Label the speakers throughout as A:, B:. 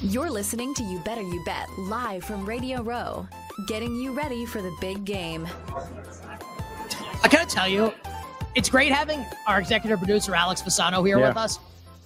A: You're listening to You Better You Bet live from Radio Row, getting you ready for the big game.
B: I gotta tell you, it's great having our executive producer Alex Fasano here
C: Yeah.
B: with us.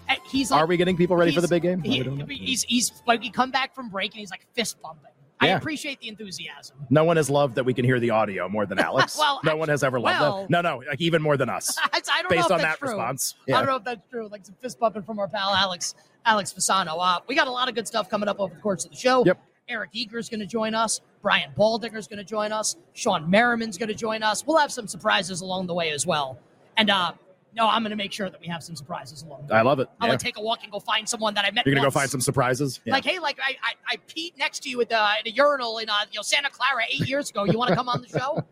B: Uh, He's like,
C: Are we getting people ready for the
B: he's-
C: big game? Are
B: He,
C: we doing that?
B: he's he's like he come back from break and he's like fist bumping. I
C: Yeah.
B: appreciate the enthusiasm.
C: no one has loved that we can hear the audio more than Alex.
B: Well,
C: no one has ever loved
B: well-
C: that. No, no, like even more than us.
B: I, I don't know
C: based
B: if
C: on
B: that's
C: that
B: true.
C: response.
B: I
C: Yeah.
B: don't know if that's true. Like some fist bumping from our pal Alex Alex Fasano. Uh, we got a lot of good stuff coming up over the course of the show.
C: Yep.
B: Eric Eager's going to join us. Brian Baldinger's going to join us. Sean Merriman's going to join us. We'll have some surprises along the way as well. And uh, no, I'm going to make sure that we have some surprises along the way.
C: I love it.
B: I'm
C: Yeah.
B: gonna take a walk and go find someone that I met.
C: You're gonna go
B: once.
C: find some surprises. Yeah.
B: Like, hey, like I, I, I peed next to you at the at a urinal in uh, you know Santa Clara eight years ago. You want to come on the show?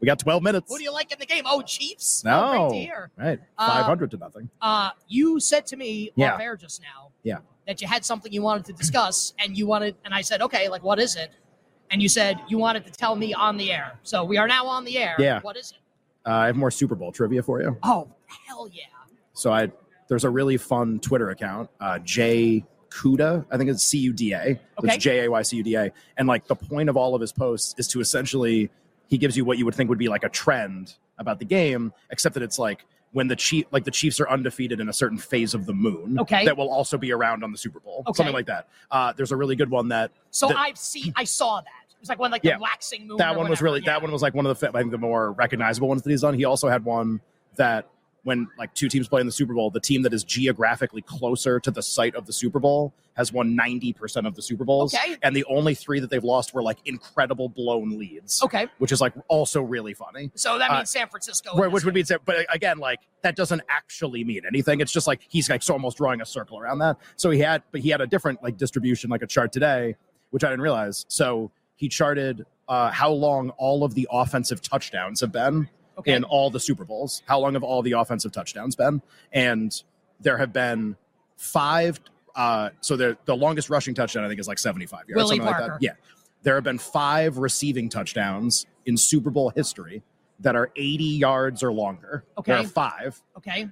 C: we got 12 minutes.
B: Who do you like in the game? Oh, Chiefs.
C: no,
B: Oh, great to hear.
C: right,
B: Uh,
C: 500 to nothing.
B: Uh, you said to me
C: Yeah.
B: off air just now.
C: Yeah.
B: That you had something you wanted to discuss, and you wanted, and I said, okay, like what is it? And you said you wanted to tell me on the air. So we are now on the air.
C: Yeah.
B: What is it?
C: Uh, I have more Super Bowl trivia for you.
B: Oh hell yeah!
C: So I there's a really fun Twitter account, uh, J Cuda, I think it's C U D A.
B: Okay.
C: It's J A Y C U D A. And like the point of all of his posts is to essentially he gives you what you would think would be like a trend about the game, except that it's like when the chief like the Chiefs are undefeated in a certain phase of the moon.
B: Okay.
C: That will also be around on the Super Bowl.
B: Okay.
C: Something like that. Uh, there's a really good one that
B: So
C: The-
B: I've seen, I saw that. It was like one like
C: Yeah.
B: the waxing moon.
C: that
B: or
C: one was
B: whatever.
C: really
B: Yeah.
C: that one was like one of the I think the more recognizable ones that he's done. He also had one that when like two teams play in the Super Bowl, the team that is geographically closer to the site of the Super Bowl has won ninety percent of the Super Bowls,
B: Okay.
C: and the only three that they've lost were like incredible blown leads,
B: Okay.
C: which is like also really funny.
B: So that
C: Uh,
B: means San Francisco. in
C: Right,
B: this
C: which would
B: game.
C: be, but again, like that doesn't actually mean anything. It's just like he's like so almost drawing a circle around that. So he had, but he had a different like distribution, like a chart today, which I didn't realize. So he charted uh, how long all of the offensive touchdowns have been
B: okay.
C: in all the Super Bowls. How long have all the offensive touchdowns been? And there have been five. Uh, so the the longest rushing touchdown I think is like seventy five yards.
B: Willie
C: something like that.
B: Parker.
C: Yeah, there have been five receiving touchdowns in Super Bowl history that are eighty yards or longer. there are
B: Okay.
C: five.
B: okay.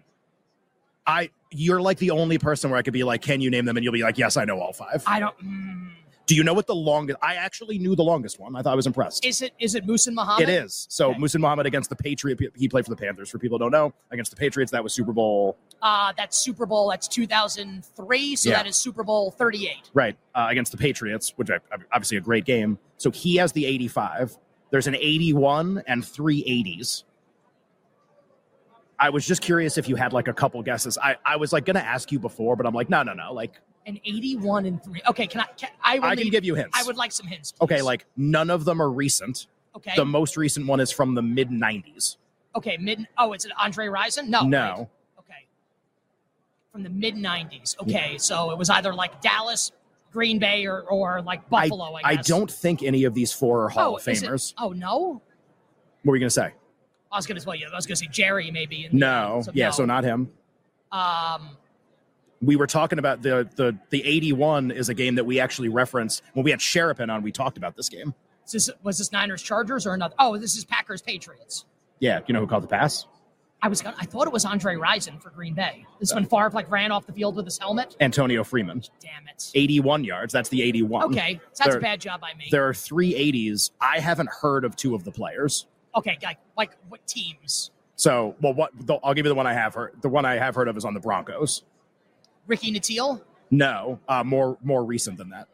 C: I you're like the only person where I could be like, can you name them? And you'll be like, yes, I know all five.
B: I don't. Mm,
C: Do you know what the longest? I actually knew the longest one. I thought I was impressed.
B: is it is it Moose and Muhammad?
C: It is. So
B: Okay.
C: Musin Muhammad against the Patriot. He played for the Panthers. For people who don't know, against the Patriots, that was Super Bowl
B: Uh, that's Super Bowl. That's 2003. So
C: Yeah.
B: that is Super Bowl 38.
C: right uh, against the Patriots, which I, I- obviously a great game. So he has the 85. There's an 81 and three 80s. I was just curious if you had like a couple guesses. I, I was like going to ask you before, but I'm like, no, no, no. Like
B: And 81 and three. Okay. Can I? Can, I, will
C: I can
B: need-
C: give you hints.
B: I would like some hints.
C: okay,
B: please.
C: like none of them are recent.
B: okay,
C: The most recent one is from the mid 90s.
B: okay. Mid. Oh, it's an Andre Rison. No.
C: no,
B: right. Okay. From the mid 90s. Okay. So it was either like Dallas, Green Bay, or or like Buffalo. I,
C: I
B: guess.
C: don't think any of these four are Hall
B: Oh,
C: of
B: is it-
C: Famers.
B: Oh no.
C: What were you going to say?
B: I was gonna tell you. I was gonna say Jerry maybe. in the
C: No.
B: end,
C: yeah, so not him.
B: Um.
C: We were talking about the the the 81 is a game that we actually referenced when we had Sherapin on. We talked about this game.
B: Is this, was this Niners Chargers or another? Oh, this is Packers Patriots.
C: Yeah, you know who called the pass?
B: I was gonna, I thought it was Andre Rison for Green Bay. This is when Favre like ran off the field with his helmet.
C: Antonio Freeman.
B: Damn it.
C: 81 yards. That's the 81.
B: Okay, so that's a
C: There-
B: bad job by me.
C: There are three 80s. I haven't heard of two of the players.
B: Okay, like like what teams?
C: So, well, what the, I'll give you the one I have heard. The one I have heard of is on the Broncos.
B: Ricky Natil,
C: No, uh, more more recent than that.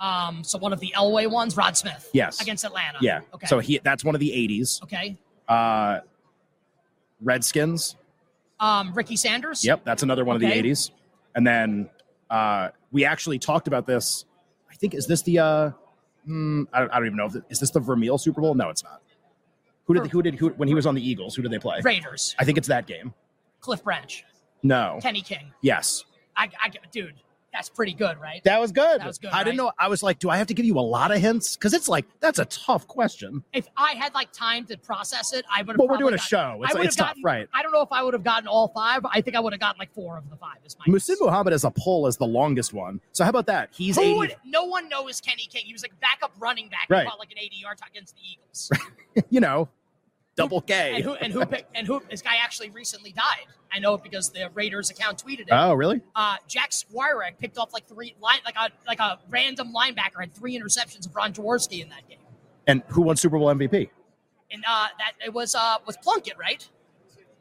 B: um, so one of the Elway ones, Rod Smith.
C: Yes.
B: Against Atlanta.
C: Yeah.
B: Uh, Okay.
C: So he that's one of the '80s.
B: okay.
C: Uh, Redskins.
B: Um, Ricky Sanders.
C: Yep, that's another one
B: Okay.
C: of the '80s. And then uh, we actually talked about this. I think is this the? Uh, hmm, I, don't, I don't even know. If it, is this the Vermeil Super Bowl? No, it's not. Who did who did who when he was on the Eagles? Who did they play?
B: Raiders.
C: I think it's that game.
B: Cliff Branch.
C: No.
B: Kenny King.
C: Yes.
B: I, I, dude, that's pretty good, right?
C: That was good.
B: That was good,
C: I didn't
B: right?
C: know. I was like, do I have to give you a lot of hints? Because it's like that's a tough question.
B: if I had like time to process it, I would have.
C: But we're doing a
B: got,
C: show. It's,
B: I would've
C: it's tough,
B: gotten-
C: right?
B: I don't know if I would have gotten all five. I think I would have gotten like four of the five. Is my guess.
C: Musin Muhammad as a poll is the longest one. So how about that? He's
B: Who
C: eighty.
B: would- no one knows Kenny King. He was like backup running back.
C: Right.
B: He caught like an 80 yard against the Eagles.
C: You know, double K.
B: and who and who picked, and who this guy actually recently died. I know it because the Raiders account tweeted it.
C: Oh, really?
B: uh, Jack Squirek picked off like three line like a like a random linebacker had three interceptions of Ron Jaworski in that game.
C: And who won Super Bowl MVP?
B: And uh, that it was uh was Plunkett, right?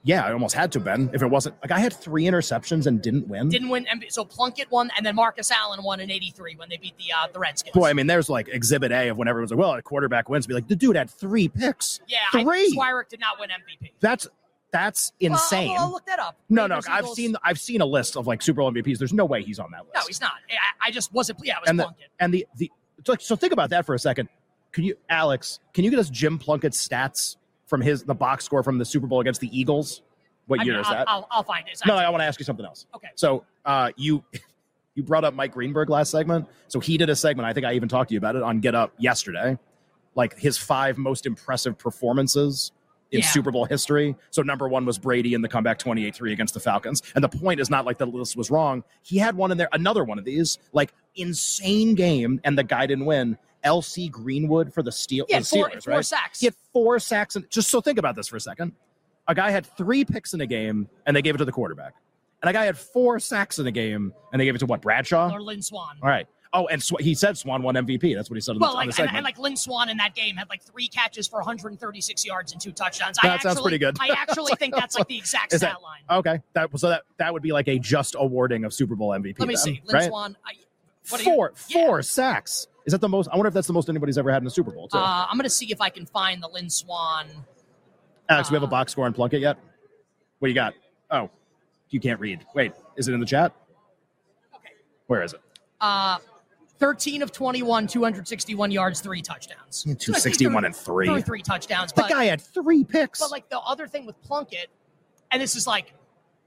C: Yeah, I almost had to, Ben. If it wasn't like I had three interceptions and didn't win.
B: Didn't win MV- so Plunkett won and then Marcus Allen won in eighty three when they beat the uh, the Redskins.
C: Boy, I mean, there's like exhibit A of when everyone's like, well, a quarterback wins. Be like, the dude had three picks.
B: yeah, I think
C: Three.
B: Squirek did not win MVP.
C: That's that's insane.
B: Well, I'll, I'll look that up.
C: no, no,
B: Raiders,
C: I've
B: Eagles-
C: seen I've seen a list of like Super Bowl MVPs. There's no way he's on that list.
B: No, he's not. I, I just wasn't. Yeah, it was
C: and the,
B: Plunkett.
C: and the the it's like, so think about that for a second. Can you, Alex? Can you get us Jim Plunkett's stats from his the box score from the Super Bowl against the Eagles? What
B: I
C: year
B: mean,
C: is
B: I'll,
C: that?
B: I'll, I'll find it. It's
C: no,
B: actually-
C: I want to ask you something else.
B: okay.
C: So uh, you you brought up Mike Greenberg last segment. So he did a segment. I think I even talked to you about it on Get Up yesterday. Like his five most impressive performances in
B: Yeah.
C: Super Bowl history. So number one was Brady in the comeback 28-3 against the Falcons. And the point is not like the list was wrong. He had one in there, another one of these, like insane game, and the guy didn't win. LC Greenwood for the Steel
B: Yeah,
C: the
B: four,
C: Steelers,
B: four
C: right?
B: sacks.
C: He had four sacks. And just so think about this for a second. A guy had three picks in a game, and they gave it to the quarterback. And a guy had four sacks in a game, and they gave it to what Bradshaw.
B: or Lynn Swan.
C: All right. Oh, and Sw- he said Swan won MVP. That's what he said on the,
B: Well,
C: on the
B: like, and,
C: segment.
B: and like Lynn Swan in that game had like three catches for 136 yards and two touchdowns. I
C: That sounds
B: actually-
C: pretty good.
B: I actually think that's like the exact
C: Is
B: stat
C: that-
B: line.
C: okay, that so that that would be like a just awarding of Super Bowl MVP.
B: Let me
C: then,
B: see. Lynn
C: Right?
B: Swan. I, what are you-
C: Four,
B: yeah.
C: four sacks. Is that the most? I wonder if that's the most anybody's ever had in a Super Bowl. Too.
B: Uh, I'm gonna see if I can find the Lynn Swan.
C: Alex, we have a
B: uh,
C: box score on Plunkett yet. What do you got? Oh, you can't read. Wait, is it in the chat?
B: Okay.
C: Where is it?
B: Uh, 13 of 21, 261 yards, three touchdowns.
C: Yeah, 261 and three.
B: Threw three touchdowns.
C: The
B: But,
C: guy had three picks.
B: but like the other thing with Plunkett, and this is like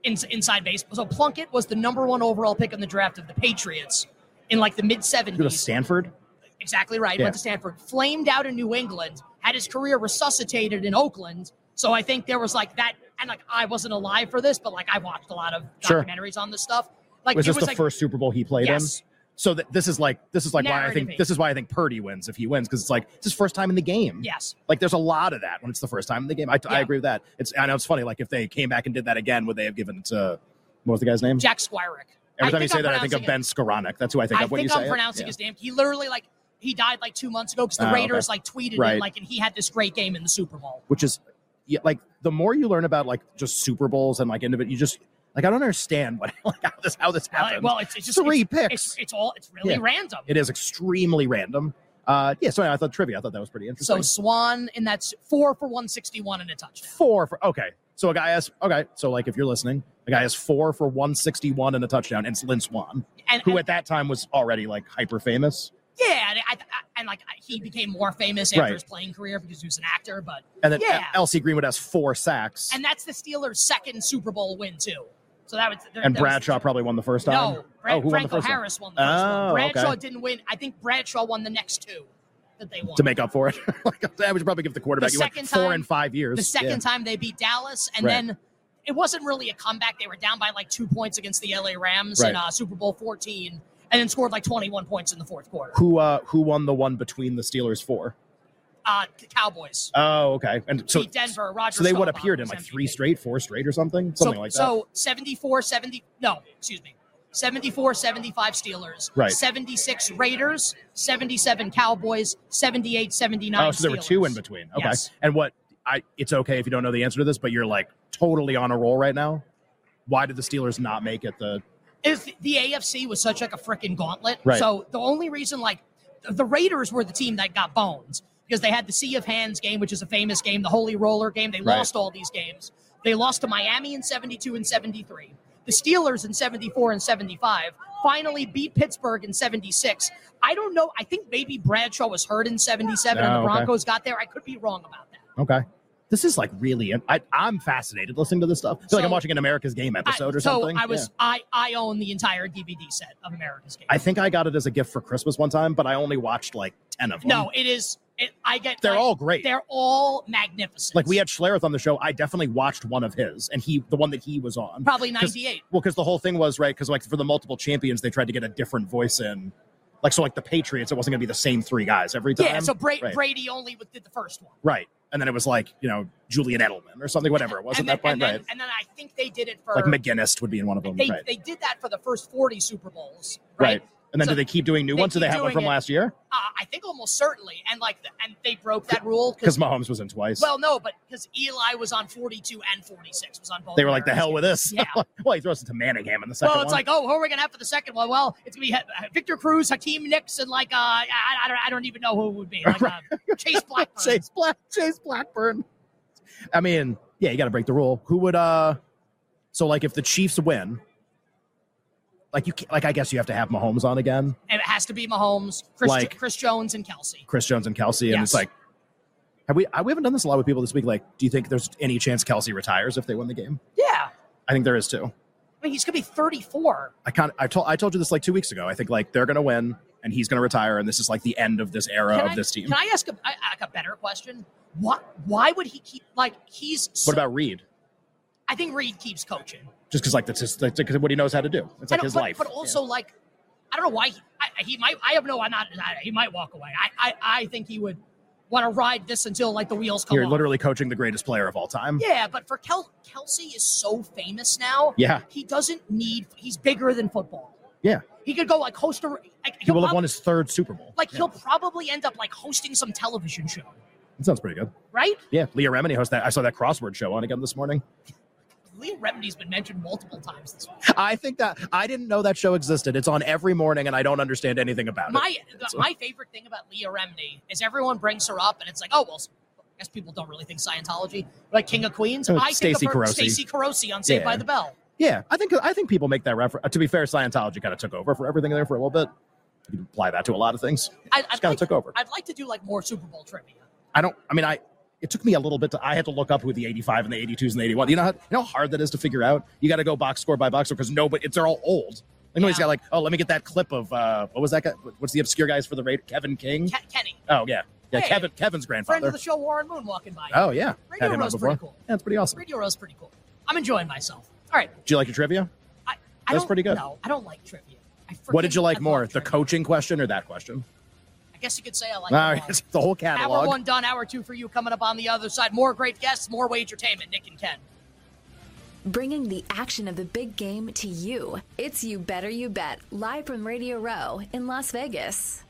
B: in, inside baseball. So Plunkett was the number one overall pick in the draft of the Patriots in like the mid
C: go to
B: 70s.
C: Stanford.
B: exactly right.
C: Yeah.
B: Went to Stanford, flamed out in New England, had his career resuscitated in Oakland. So I think there was like that, and like I wasn't alive for this, but like I watched a lot of
C: Sure.
B: documentaries on this stuff. Like
C: was
B: it
C: this
B: was
C: the
B: like,
C: first Super Bowl he played
B: Yes.
C: in? So th- this is like this is like why I think
B: Narrative-y.
C: this is why I think Purdy wins if he wins because it's like it's his first time in the game.
B: yes,
C: Like there's a lot of that when it's the first time in the game. I, I
B: Yeah.
C: agree with that. It's I know it's funny. Like if they came back and did that again, would they have given it to what was the guy's name?
B: Jack Squirek.
C: Every time you say
B: I'm
C: that, I think of
B: pronouncing it-
C: Ben Skoranek. That's who I think
B: I
C: of when
B: think
C: you say
B: I'm
C: it.
B: pronouncing
C: Yeah.
B: his name. He literally like he died like two months ago because the
C: Oh, okay.
B: Raiders like tweeted
C: Right.
B: him like and he had this great game in the Super Bowl.
C: which is yeah, like the more you learn about like just Super Bowls and like individual, you just like I don't understand what like how this how this happened.
B: Uh, Well, it's, it's just
C: three
B: it's,
C: picks.
B: It's, it's all it's really
C: Yeah.
B: random.
C: it is extremely random. Uh, yeah, so anyway, I thought trivia. I thought that was pretty
B: so
C: interesting.
B: Swan in that s- four for 161 and a touchdown.
C: four for okay. So a guy has okay. So like if you're listening, a guy has four for one sixty one and a touchdown. And it's Lynn Swan,
B: And,
C: who
B: and-
C: at that time was already like hyper famous.
B: yeah, and, I, I- and like I- he became more famous after
C: Right.
B: his playing career because he was an actor. But
C: And then
B: Yeah.
C: Elsie Greenwood has four sacks, and,
B: and that's the Steelers' second Super Bowl win too. So that was there- that was-
C: Bradshaw probably won the first time.
B: No, Brad,
C: oh, who won the
B: Franco
C: first one?
B: Harris won the first
C: Oh,
B: one. Bradshaw
C: okay.
B: didn't win. I think Bradshaw won the next two that they won.
C: To make up for it, like I would probably give the quarterback
B: The
C: you went
B: second
C: four
B: time-
C: in five years.
B: the second
C: Yeah.
B: time they beat Dallas, and
C: Right.
B: then it wasn't really a comeback. They were down by like two points against the LA Rams in
C: Right.
B: uh, Super Bowl 14, and then scored like 21 points in the fourth quarter.
C: Who uh who won the one between the Steelers four?
B: Uh, the Cowboys
C: Oh, okay. And so
B: beat Denver. Roger.
C: so they would
B: Staubach
C: appeared in
B: was
C: like
B: MVP.
C: three straight, four straight or something? Something
B: so,
C: like that.
B: So 74, 70. No, excuse me. 74, 75 Steelers.
C: Right.
B: 76 Raiders. 77 Cowboys. 78, 79
C: oh, so there were two in
B: Steelers.
C: between. Okay.
B: Yes.
C: And what I it's okay if you don't know the answer to this, but you're like totally on a roll right now. Why did the Steelers not make it the
B: if the AFC was such like a freaking gauntlet.
C: Right.
B: So the only reason like the Raiders were the team that got bones because they had the Sea of Hands game, which is a famous game, the Holy Roller game. They
C: Right.
B: lost all these games. They lost to Miami in 72 and 73. The Steelers in 74 and 75 finally beat Pittsburgh in 76. I don't know. I think maybe Bradshaw was hurt in 77 and
C: Oh,
B: the
C: okay.
B: Broncos got there. I could be wrong about that.
C: Okay. This is like really, I, I'm fascinated listening to this stuff. I feel like I'm
B: So-
C: watching an America's Game
B: I-
C: episode or
B: so
C: something.
B: I was
C: Yeah.
B: I I own the entire DVD set of America's Game.
C: I think I got it as a gift for Christmas one time, but I only watched like 10 of them.
B: no, it is it, I get
C: They're
B: I-
C: all great.
B: They're all magnificent.
C: like we had Schlereth on the show. I definitely watched one of his and he, the one that he was on.
B: probably
C: 'Cause-
B: 98.
C: Well, because the whole thing was, right? Because like for the multiple champions, they tried to get a different voice in. Like, so like the Patriots, it wasn't going to be the same three guys every time.
B: Yeah, so Bra-
C: right.
B: Brady only with- did the first one.
C: right. And then it was like, you know, Julian Edelman or something, whatever it was
B: and
C: at
B: then,
C: that point,
B: and then,
C: right?
B: And then I think they did it for
C: like McGinnis would be in one of them,
B: they,
C: right?
B: they did that for the first 40 Super Bowls, right?
C: right. And then
B: So
C: do they keep doing new
B: they
C: ones? Do
B: keep
C: they have one
B: doing
C: from
B: it.
C: last year?
B: Uh, I think almost certainly, and like the, and they broke that rule
C: Because Mahomes was in twice.
B: well, no, but because Eli was on 42 and 46 was on both.
C: they were like, "The hell
B: Mariners
C: with this!"
B: games. Yeah.
C: well, he throws it to Manningham in the second
B: Well, it's
C: one.
B: like, oh, who are we gonna have for the second one? Well, it's gonna be uh, Victor Cruz, Hakeem Nicks, and like, uh, I, I don't, I don't even know who it would be. Like, uh, Chase Blackburn.
C: Chase Black, Chase Blackburn. I mean, yeah, you got to break the rule. Who would? uh So, like, if the Chiefs win, like you, can't, like I guess you have to have Mahomes on again,
B: And it has to be Mahomes, Chris,
C: Like-
B: Chris Jones, and Kelsey.
C: Chris Jones and Kelsey, and it's
B: Yes.
C: like, have we? I, we haven't done this a lot with people this week. Like, do you think there's any chance Kelsey retires if they win the game?
B: Yeah.
C: I think there is too.
B: I mean, he's gonna be 34.
C: I kind I told I told you this like two weeks ago. I think like they're gonna win and he's gonna retire, and this is like the end of this era
B: Can
C: of
B: I-
C: this team.
B: Can I ask a, I- like a better question? What? Why would he keep like he's? so-
C: what about Reed?
B: I think Reed keeps coaching.
C: Just because like that's just like, that's what he knows how to do. It's
B: I
C: like
B: don't-
C: his
B: but,
C: life.
B: but also like, I don't know why he, I, he might. I have no. I'm not. I, he might walk away. I, I I think he would want to ride this until like the wheels come
C: you're
B: off.
C: literally coaching the greatest player of all time.
B: Yeah, but for Kel, Kelsey is so famous now.
C: Yeah.
B: He doesn't need. He's bigger than football.
C: Yeah.
B: He could go like host a. Like,
C: He
B: he'll
C: will have
B: prob-
C: won his third Super Bowl.
B: like
C: yeah.
B: he'll probably end up like hosting some television show,
C: That sounds pretty good.
B: right?
C: Yeah. Leah Remini hosts that. I saw that crossword show on again this morning.
B: Leah Remini's been mentioned multiple times this week.
C: I think that I didn't know that show existed. It's on every morning and I don't understand anything about it.
B: My the, my favorite thing about Leah Remini is everyone brings her up and it's like, oh well, I guess people don't really think Scientology, like King of Queens.
C: Oh,
B: I
C: Stacey
B: think of her-
C: Carosi.
B: Stacey Carosi on Saved
C: Yeah.
B: by the Bell.
C: Yeah. I think I think people make that reference. To be fair, Scientology kind of took over for everything there for a little bit. You can apply that to a lot of things.
B: I,
C: Just
B: I'd,
C: kind
B: like,
C: of took over.
B: I'd like to do like more Super Bowl trivia.
C: I don't. I mean, I. It took me a little bit to. I had to look up who the 85 and the 82s and the 81. You know, how, you know how hard that is to figure out. You got to go box score by box score because nobody. It's they're all old. Like nobody's
B: Yeah.
C: got like. Oh, let me get that clip of uh, what was that guy? What's the obscure guys for the Raid? Kevin King.
B: Ke- Kenny,
C: Oh yeah, yeah.
B: Hey.
C: Kevin Kevin's
B: friend of
C: grandfather.
B: the show, Warren Moon, walking by.
C: Oh yeah,
B: Radio Row's pretty cool.
C: Yeah, it's pretty awesome.
B: Radio Row's pretty cool. I'm enjoying myself. All right,
C: Do you like your trivia?
B: I, I
C: That's
B: don't-
C: pretty good.
B: No, I don't like trivia. I
C: What did you
B: freaking-
C: like
B: I
C: more,
B: love
C: the
B: trivia.
C: coaching question or that question?
B: I guess you could say I like.
C: All
B: them
C: right,
B: all.
C: it's the whole
B: Hour
C: catalog.
B: one done. Hour two for you coming up on the other side. More great guests, more wagertainment. Nick and Ken.
A: Bringing the action of the big game to you. It's You Better You Bet, live from Radio Row in Las Vegas.